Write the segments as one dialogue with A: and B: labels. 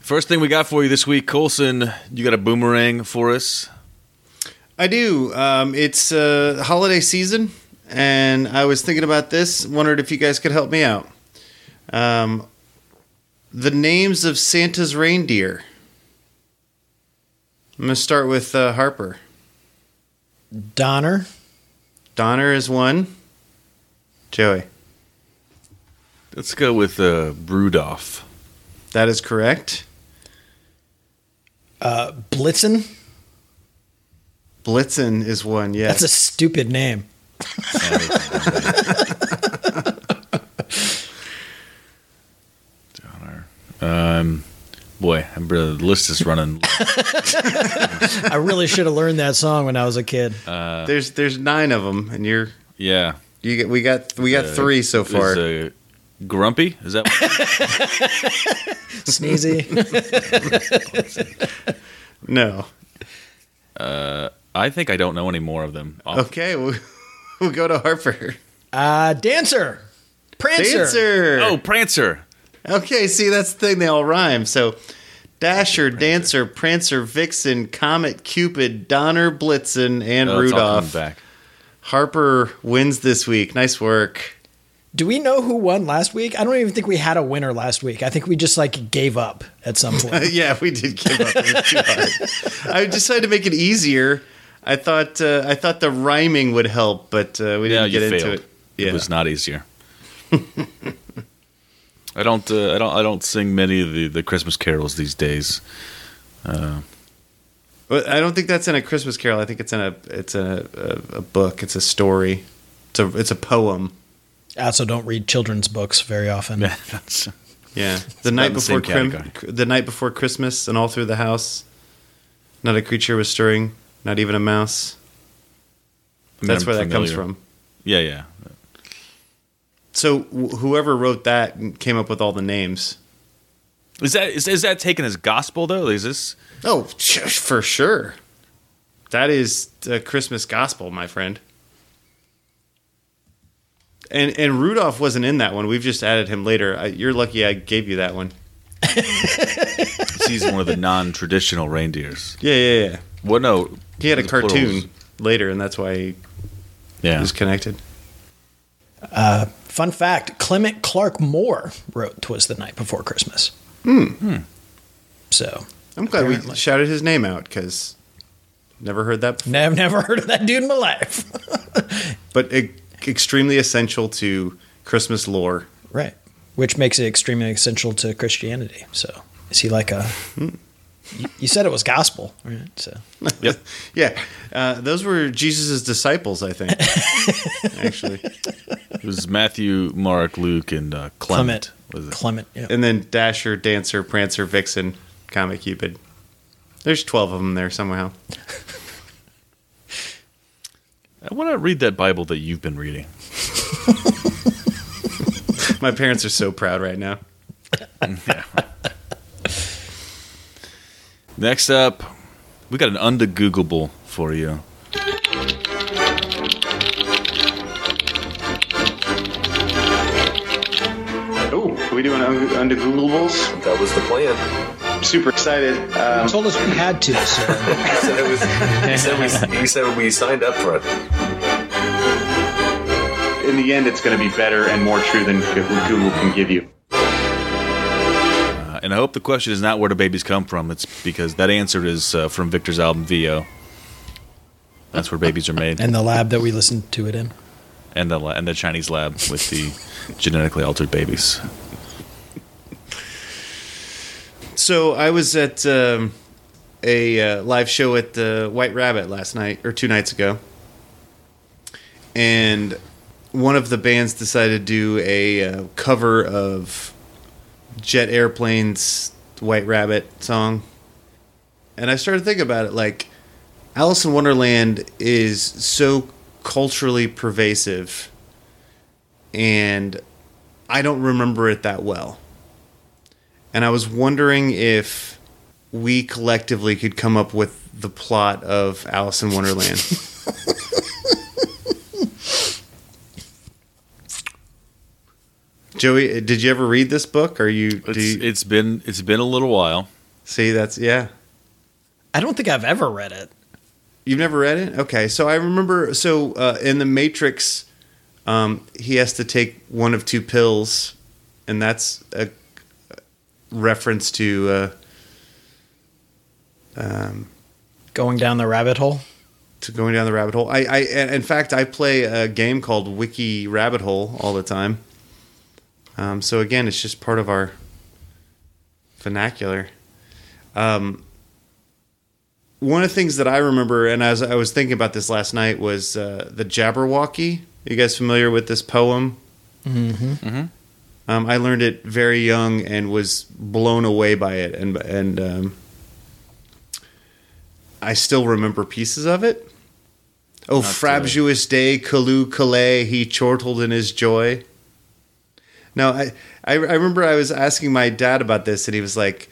A: First thing we got for you this week, Colson, you got a boomerang for us.
B: I do. Um, it's uh, holiday season, and I was thinking about this. Wondered if you guys could help me out. Um, the names of Santa's reindeer. I'm going to start with uh, Harper.
C: Donner,
B: Donner is one. Joey.
A: Let's go with uh, Rudolph.
B: That is correct.
C: uh, Blitzen.
B: Blitzen is one. Yes.
C: That's a stupid name.
A: Um, Boy, I'm- the list is running.
C: I really should have learned that song when I was a kid.
B: there's there's nine of them, and you're
A: yeah.
B: you get we got we got three so far.
A: Is, uh, grumpy? Is that
C: Sneezy.
B: no.
A: I think I don't know any more of them. Oh, Off-
B: Okay. We'll, we'll go to Harper.
C: uh, Dancer. Prancer.
B: Dancer.
A: Oh, Prancer.
B: Okay, see that's the thing; they all rhyme. So, Dasher, Dancer, Prancer, Vixen, Comet, Cupid, Donner, Blitzen, and
A: Oh, it's all coming
B: Rudolph.
A: back.
B: Harper wins this week. Nice work.
C: Do we know who won last week? I don't even think we had a winner last week. I think we just like gave up at some point.
B: yeah, we did give up. It was too hard. I decided to make it easier. I thought uh, I thought the rhyming would help, but uh, we
A: Yeah,
B: didn't
A: you
B: get into
A: failed.
B: it. Yeah,
A: It was not easier. I don't. Uh, I don't. I don't sing many of the, the Christmas carols these days.
B: But I don't think that's in a Christmas Carol. I think it's in a it's a, a, a book. It's a story. It's a it's a poem.
C: I also don't read children's books very often.
A: That's-
B: Yeah, the night
A: in the
B: before
A: same
B: crim-
A: category.
B: the night before Christmas, and all through the house, not a creature was stirring, not even a mouse.
A: I mean,
B: That's
A: I'm
B: where that comes
A: familiar.
B: from.
A: Yeah, yeah.
B: So wh- whoever wrote that came up with all the names.
A: Is that is, is that taken as gospel though? Is this
B: Oh, sh- for sure. That is the Christmas gospel, my friend. And and Rudolph wasn't in that one. We've just added him later. I, you're lucky I gave you that one.
A: he's one of the non-traditional reindeers?
B: Yeah, yeah, yeah.
A: Well, no,
B: He had a
A: The
B: cartoon
A: plurals.
B: later, and that's why he
A: yeah.
B: was connected.
C: Fun fact Clement Clark Moore wrote Twas the Night Before Christmas. Hmm. So,
B: I'm glad we
C: Apparently.
B: shouted his name out because never heard that. Before.
C: ne- I've never heard of that dude in my life.
B: But e- extremely essential to Christmas lore.
C: right. Which makes it extremely essential to Christianity. So, is he like a. you, you said it was gospel, right? So,
A: Yep.
B: Yeah, uh, those were Jesus's disciples, I think. actually,
A: It was Matthew, Mark, Luke, and uh, Clement.
C: Clement.
A: Was it?
C: Clement. Yeah.
B: and then Dasher, Dancer, Prancer, Vixen, Comet, Cupid. There's twelve of them there somehow.
A: I want to read that Bible that you've been reading.
B: My parents are so proud right now.
A: Next up, we got an under Googleable for you.
B: Oh, are we doing un- under Googleables?
D: That was the plan.
B: Super excited. Um,
C: told us we had to, so
D: He said it was. He said we. He said we signed up for it.
B: in the end, it's going to be better and more true than Google can give you.
A: Uh, and I hope the question is not where do babies come from. It's because that answer is uh, from Victor's album VO. That's where babies are made,
C: and the lab that we listened to it in.
A: and the la- and the Chinese lab with the genetically altered babies.
B: So I was at um, a uh, live show at the White Rabbit last night or two nights ago, and one of the bands decided to do a uh, cover of Jet Airplane's White Rabbit song, and I started thinking about it. Like Alice in Wonderland is so culturally pervasive, and I don't remember it that well and I was wondering if we collectively could come up with the plot of Alice in Wonderland. Joey, did you ever read this book? Are you? Do
A: It's,
B: you
A: it's been it's been a little while.
B: see, that's yeah.
C: I don't think I've ever read it.
B: You've never read it? Okay. So I remember. So uh, in the Matrix, um, he has to take one of two pills, and that's a reference to. Uh, um,
C: Going down the rabbit hole.
B: to going down the rabbit hole. I, I and in fact, I play a game called Wiki Rabbit Hole all the time. Um, so again, it's just part of our vernacular. Um, one of the things that I remember, and as I was thinking about this last night, was uh, the Jabberwocky. Are you guys familiar with this poem? Mm-hmm. Um, I learned it very young and was blown away by it, and and um, I still remember pieces of it. Oh, frabjous day, Kalu Calais, he chortled in his joy. Now, I, I, I remember I was asking my dad about this, and he was like,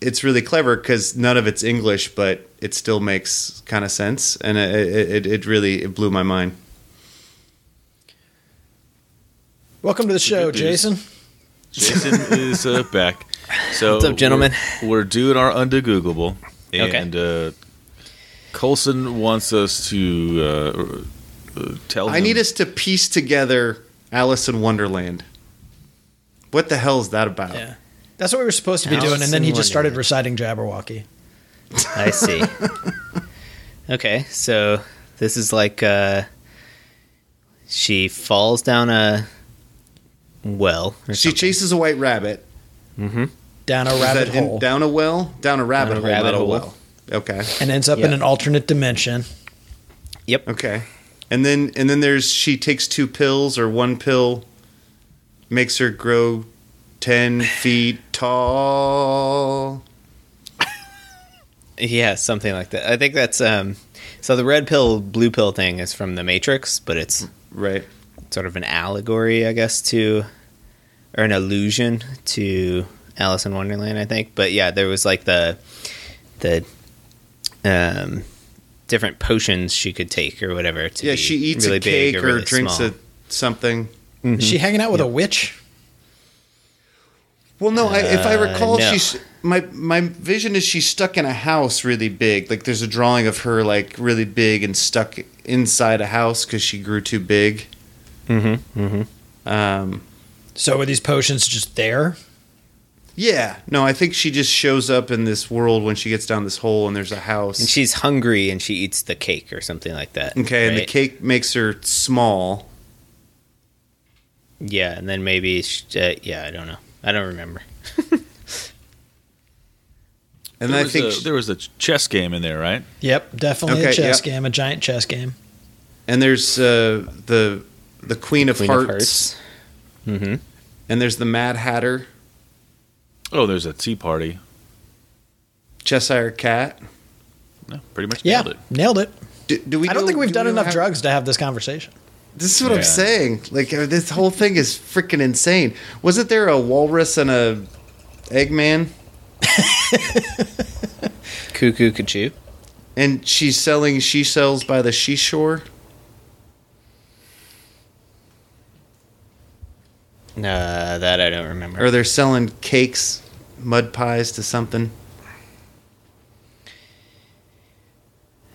B: it's really clever because none of it's English, but it still makes kind of sense. And it, it, it really it blew my mind.
C: Welcome to the show,
A: good news.
C: Jason.
A: Jason is uh, back. So
E: What's up, gentlemen?
A: We're, we're doing our undegooglable,
E: Okay.
A: and uh, Colson wants us to uh, uh, tell.
B: I
A: him-
B: need us to piece together Alice in Wonderland. What the hell is that about?
C: Yeah. That's what we were supposed to be
E: Alice
C: doing, and then
E: in
C: he just started
E: Wonderland.
C: reciting Jabberwocky.
E: I see. okay, so this is like uh she falls down a well or
B: She
E: something.
B: chases a white rabbit.
C: Down a
B: Is
C: rabbit
B: that in-
C: hole.
B: down a well? Down a rabbit
E: Down a
B: hole,
E: rabbit
B: not a
E: hole.
B: well. Okay.
C: and ends up in
E: Yeah.
C: an alternate dimension.
E: Yep.
B: Okay. And then and then there's she takes two pills or one pill makes her grow ten feet tall.
E: Yeah, something like that. I think that's um so the red pill blue pill thing is from the Matrix, but it's
B: Right.
E: sort of an allegory, I guess, to or an allusion to Alice in Wonderland, I think. But yeah, there was like the the um different potions she could take or whatever to
B: Yeah,
E: be
B: she eats
E: really
B: a cake
E: big
B: or,
E: or, really
B: drinks
E: small.
B: a something.
C: Is she hanging out with a witch?
B: Well, no, I, if I recall,
E: Uh, no.
B: she's my my vision is she's stuck in a house really big. Like there's a drawing of her like really big and stuck inside a house because she grew too big. Mm-hmm. Mm-hmm. Um.
C: So are these potions just there?
B: Yeah. No, I think she just shows up in this world when she gets down this hole and there's a house.
E: and she's hungry and she eats the cake or something like that.
B: okay, and the
E: right?
B: cake makes her small.
E: Yeah, and then maybe she, uh, yeah, I don't know. I don't remember.
B: And
A: there
B: I
A: was
B: think
A: a-
B: she-
A: there was a chess game in there, right?
C: Yep, definitely a
B: Okay,
C: chess
B: yep.
C: game, a giant chess game.
B: and there's uh, the the Queen, of,
E: Queen
B: Hearts,
E: of Hearts. Mhm.
B: and there's the Mad Hatter,
A: Oh, there's a tea party.
B: Cheshire Cat.
A: No, pretty much
C: Yeah,
A: nailed it.
C: nailed it.
B: Do, do we
C: I don't
B: know-
C: think we've
B: do
C: done
B: we know
C: enough
B: how-
C: drugs to have this conversation.
B: This is what
A: Yeah.
B: I'm saying. Like uh, this whole thing is freaking insane. Wasn't there a walrus and a Eggman?
E: Cuckoo Cachoo.
B: And she's selling she sells by the seashore.
E: Uh, that I don't remember.
B: or they're selling cakes, mud pies to something.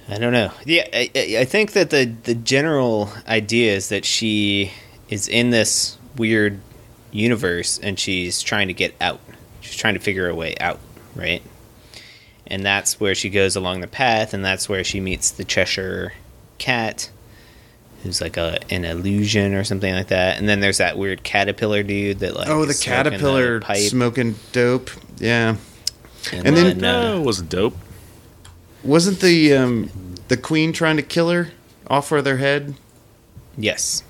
E: I don't know. Yeah, I, I I think that the the general idea is that she is in this weird universe and she's trying to get out. She's trying to figure a way out, right? And that's where she goes along the path, and that's where she meets the Cheshire Cat, who's like a an illusion or something like that. And then there's that weird caterpillar dude that like
B: oh, the
E: is smoking
B: caterpillar
E: pipe,
B: smoking dope. Yeah,
E: and,
B: and then-
E: then, uh,
A: No, it wasn't dope.
B: wasn't the um, the queen trying to kill her off with her head?
E: yes,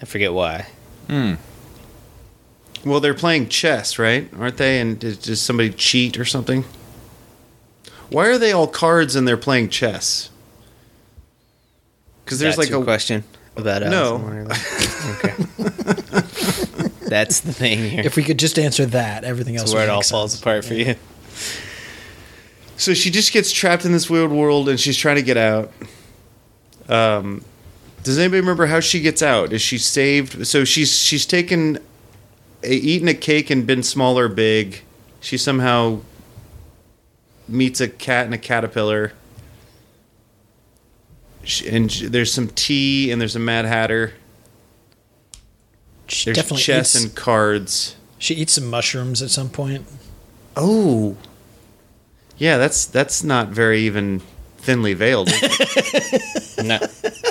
E: I forget why.
B: Well, they're playing chess, right? Aren't they? And did, did somebody cheat or something? Why are they all cards and they're playing chess? Because there's
E: That's
B: like
E: your
B: a
E: question about Alice
B: No.
E: in Wonderland. okay. That's the thing here.
C: If we could just answer that, everything else
E: That's where
C: would
E: it
C: make
E: all
C: sense.
E: falls apart for you.
B: so she just gets trapped in this weird world and she's trying to get out. Um, Does anybody remember how she gets out? Is she saved? So she's she's taken, a, eaten a cake and been small or big. She somehow meets a cat and a caterpillar. She, and sh there's some tea and there's a Mad Hatter.
C: She
B: There's
C: definitely
B: chess
C: eats,
B: and cards.
C: she eats some mushrooms at some point.
B: Oh, yeah. That's that's not very even thinly veiled. is it?
E: No,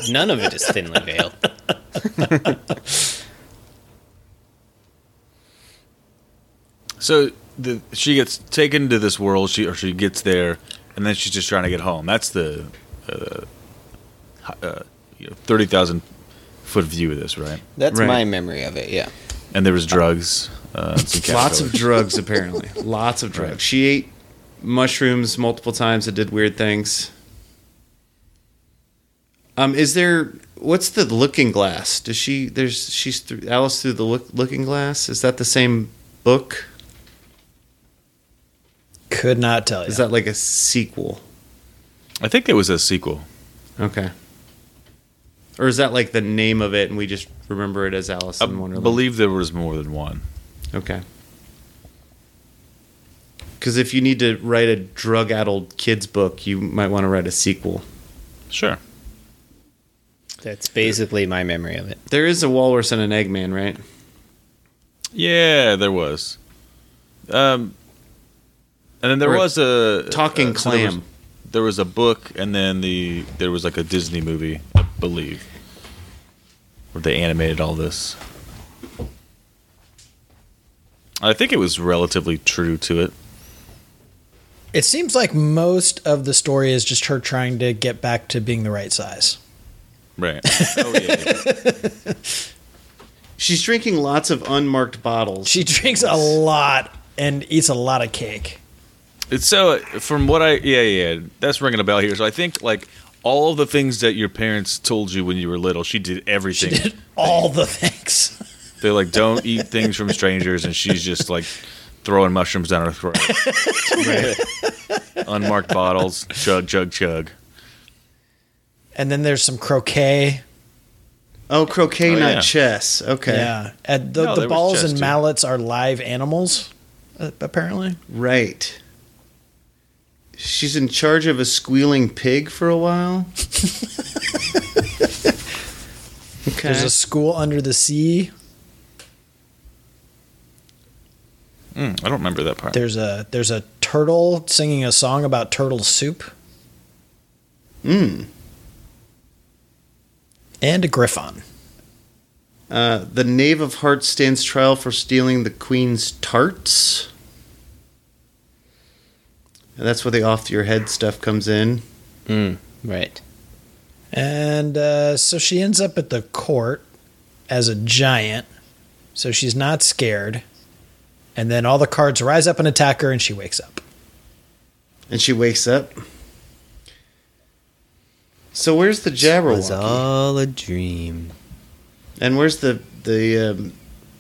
E: none of it is thinly veiled.
A: So the, she gets taken to this world. She or she gets there, and then she's just trying to get home. That's the uh, hi- uh, you know, thirty thousand foot view of this, right?
E: That's
B: Right.
E: my memory of it. Yeah.
A: And there was drugs, uh, and some
B: Lots of
A: caterpillars.
B: drugs, apparently. Lots of drugs. She ate mushrooms multiple times and did weird things. Um, is there what's the looking glass? Does she there's she's through Alice through the look, looking glass? Is that the same book?
C: Could not tell you.
B: Is that like a sequel?
A: I think it was a sequel.
B: Okay. Or is that like the name of it and we just remember it as Alice
A: I
B: in Wonderland?
A: believe there was more than one.
B: Okay. Because if you need to write a drug addled kids book, you might want to write a sequel.
A: Sure.
E: That's basically my memory of it.
B: There is a walrus and an Eggman, right?
A: Yeah, there was. Um, and then there
B: Or a
A: was a
B: talking
A: Uh, so there was-
B: clam.
A: there was a book, and then the there was like a Disney movie, I believe, where they animated all this. I think it was relatively true to it.
C: it seems like most of the story is just her trying to get back to being the right size.
A: Right. Oh, yeah, yeah.
B: She's drinking lots of unmarked bottles.
C: She drinks a lot and eats a lot of cake.
A: It's so from what I yeah yeah that's ringing a bell here. So I think like all the things that your parents told you when you were little, she did everything.
C: All the things.
A: They're like, don't eat things from strangers, and she's just like throwing mushrooms down her throat. Unmarked bottles, chug, chug, chug.
C: And then there's some croquet.
B: oh, croquet,
A: Oh,
B: not
A: yeah.
B: chess. Okay.
C: Yeah. And the,
A: No,
C: the
A: there was
C: balls
A: chess,
C: and
A: too.
C: mallets are live animals, uh, apparently.
B: Right. She's in charge of a squealing pig for a while. okay.
C: There's a school under the sea.
A: Mm, I don't remember that part.
C: There's a there's a turtle singing a song about turtle soup. Mm. And a griffon.
B: uh, the Knave of Hearts stands trial for stealing the Queen's tarts. And that's where the off your head stuff comes in.
E: Right.
C: And uh, so she ends up at the court as a giant. So she's not scared. And then all the cards rise up and attack her, and she wakes up.
B: And she wakes up. So where's the
E: was
B: Jabberwocky?
E: all a dream.
B: And where's the the um,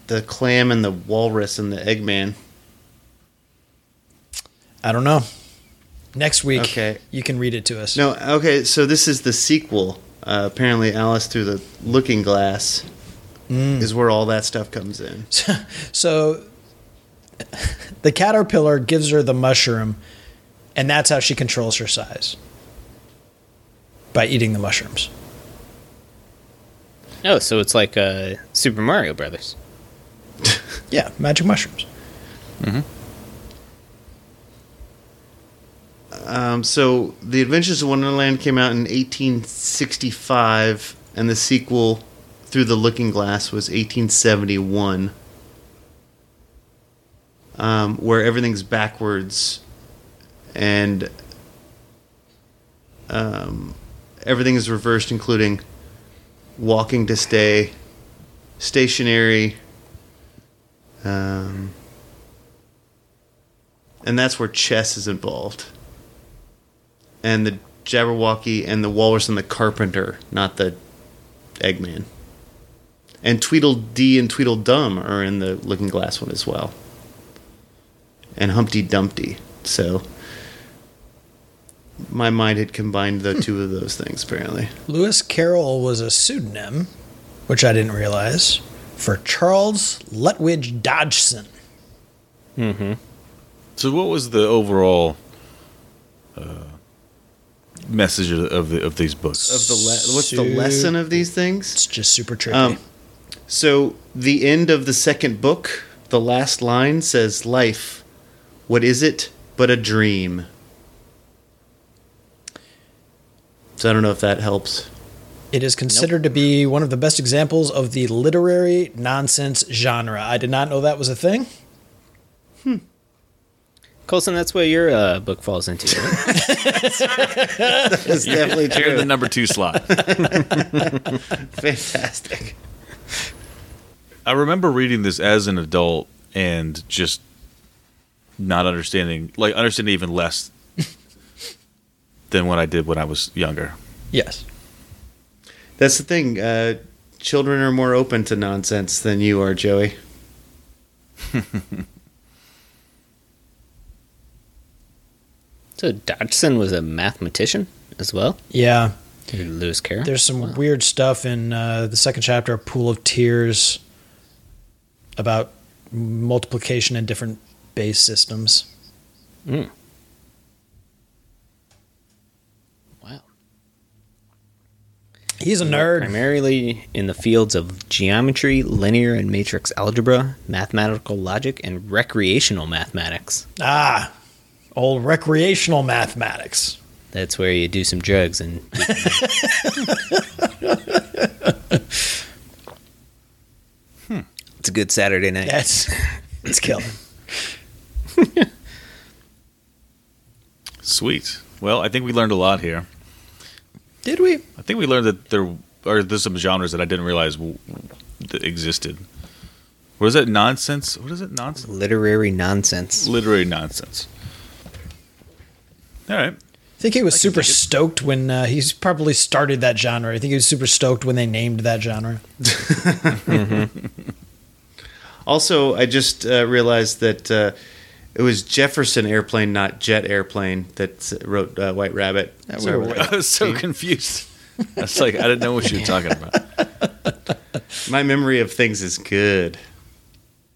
B: the clam and the walrus and the Eggman?
C: I don't know. Next week,
B: Okay.
C: you can read it to us.
B: No, okay. So this is the sequel. Uh, apparently, Alice through the Looking Glass is where all that stuff comes in.
C: So the caterpillar gives her the mushroom, and that's how she controls her size by eating the mushrooms.
E: Oh, so it's like uh, Super Mario Brothers.
C: Yeah, magic mushrooms.
B: Um, so the Adventures of Wonderland came out in 1865, and the sequel through the Looking Glass was 1871, um, where everything's backwards and um, everything is reversed, including walking to stay, stationary. Um, and that's where chess is involved and the Jabberwocky and the Walrus and the Carpenter, not the Eggman. And Tweedledee and Tweedledum are in the Looking Glass one as well. And Humpty Dumpty. So my mind had combined the two of those things. Apparently,
C: Lewis Carroll was a pseudonym, which I didn't realize, for Charles Lutwidge Dodgson.
A: So, what was the overall uh, message of- of the, of these books?
B: of the le- what's the
C: Su-
B: lesson of these things?
C: It's just super tricky.
B: Um, so the end of the second book, the last line says, "Life, what is it but a dream?" So I don't know if that helps.
C: it is considered to be one of the best examples of the literary nonsense genre. I did not know that was a thing.
E: Colson, that's where your uh, book falls into. right?
B: It's definitely
A: You're in the
B: true.
A: number two slot.
B: Fantastic.
A: I remember reading this as an adult and just not understanding, like understanding even less than what I did when I was younger.
C: Yes.
B: That's the thing. Uh, children are more open to nonsense than you are, Joey.
E: so Dodgson was a mathematician as well.
C: Yeah.
E: Lewis Carroll.
C: There's some weird stuff in uh, the second chapter of Pool of Tears about multiplication and different base systems.
E: wow.
C: He's a nerd.
E: Primarily in the fields of geometry, linear and matrix algebra, mathematical logic, and recreational mathematics.
C: Ah, old recreational mathematics.
E: That's where you do some drugs and Hmm. It's a good Saturday night.
C: That's it's killing.
A: Sweet. Well, I think we learned a lot here.
C: Did we?
A: I think we learned that there are there's some genres that I didn't realize w- that existed. What is that nonsense? What is it nonsense?
E: Literary nonsense.
A: Literary nonsense. All right.
C: I think he was super stoked when uh, he's probably started that genre. I think he was super stoked when they named that genre.
B: Also, I just uh, realized that uh, it was Jefferson Airplane, not Jet Airplane, that s- wrote uh, White Rabbit. Sorry,
C: were-
B: White-
A: I was so confused. I was like, I didn't know what you were talking about.
B: My memory of things is good.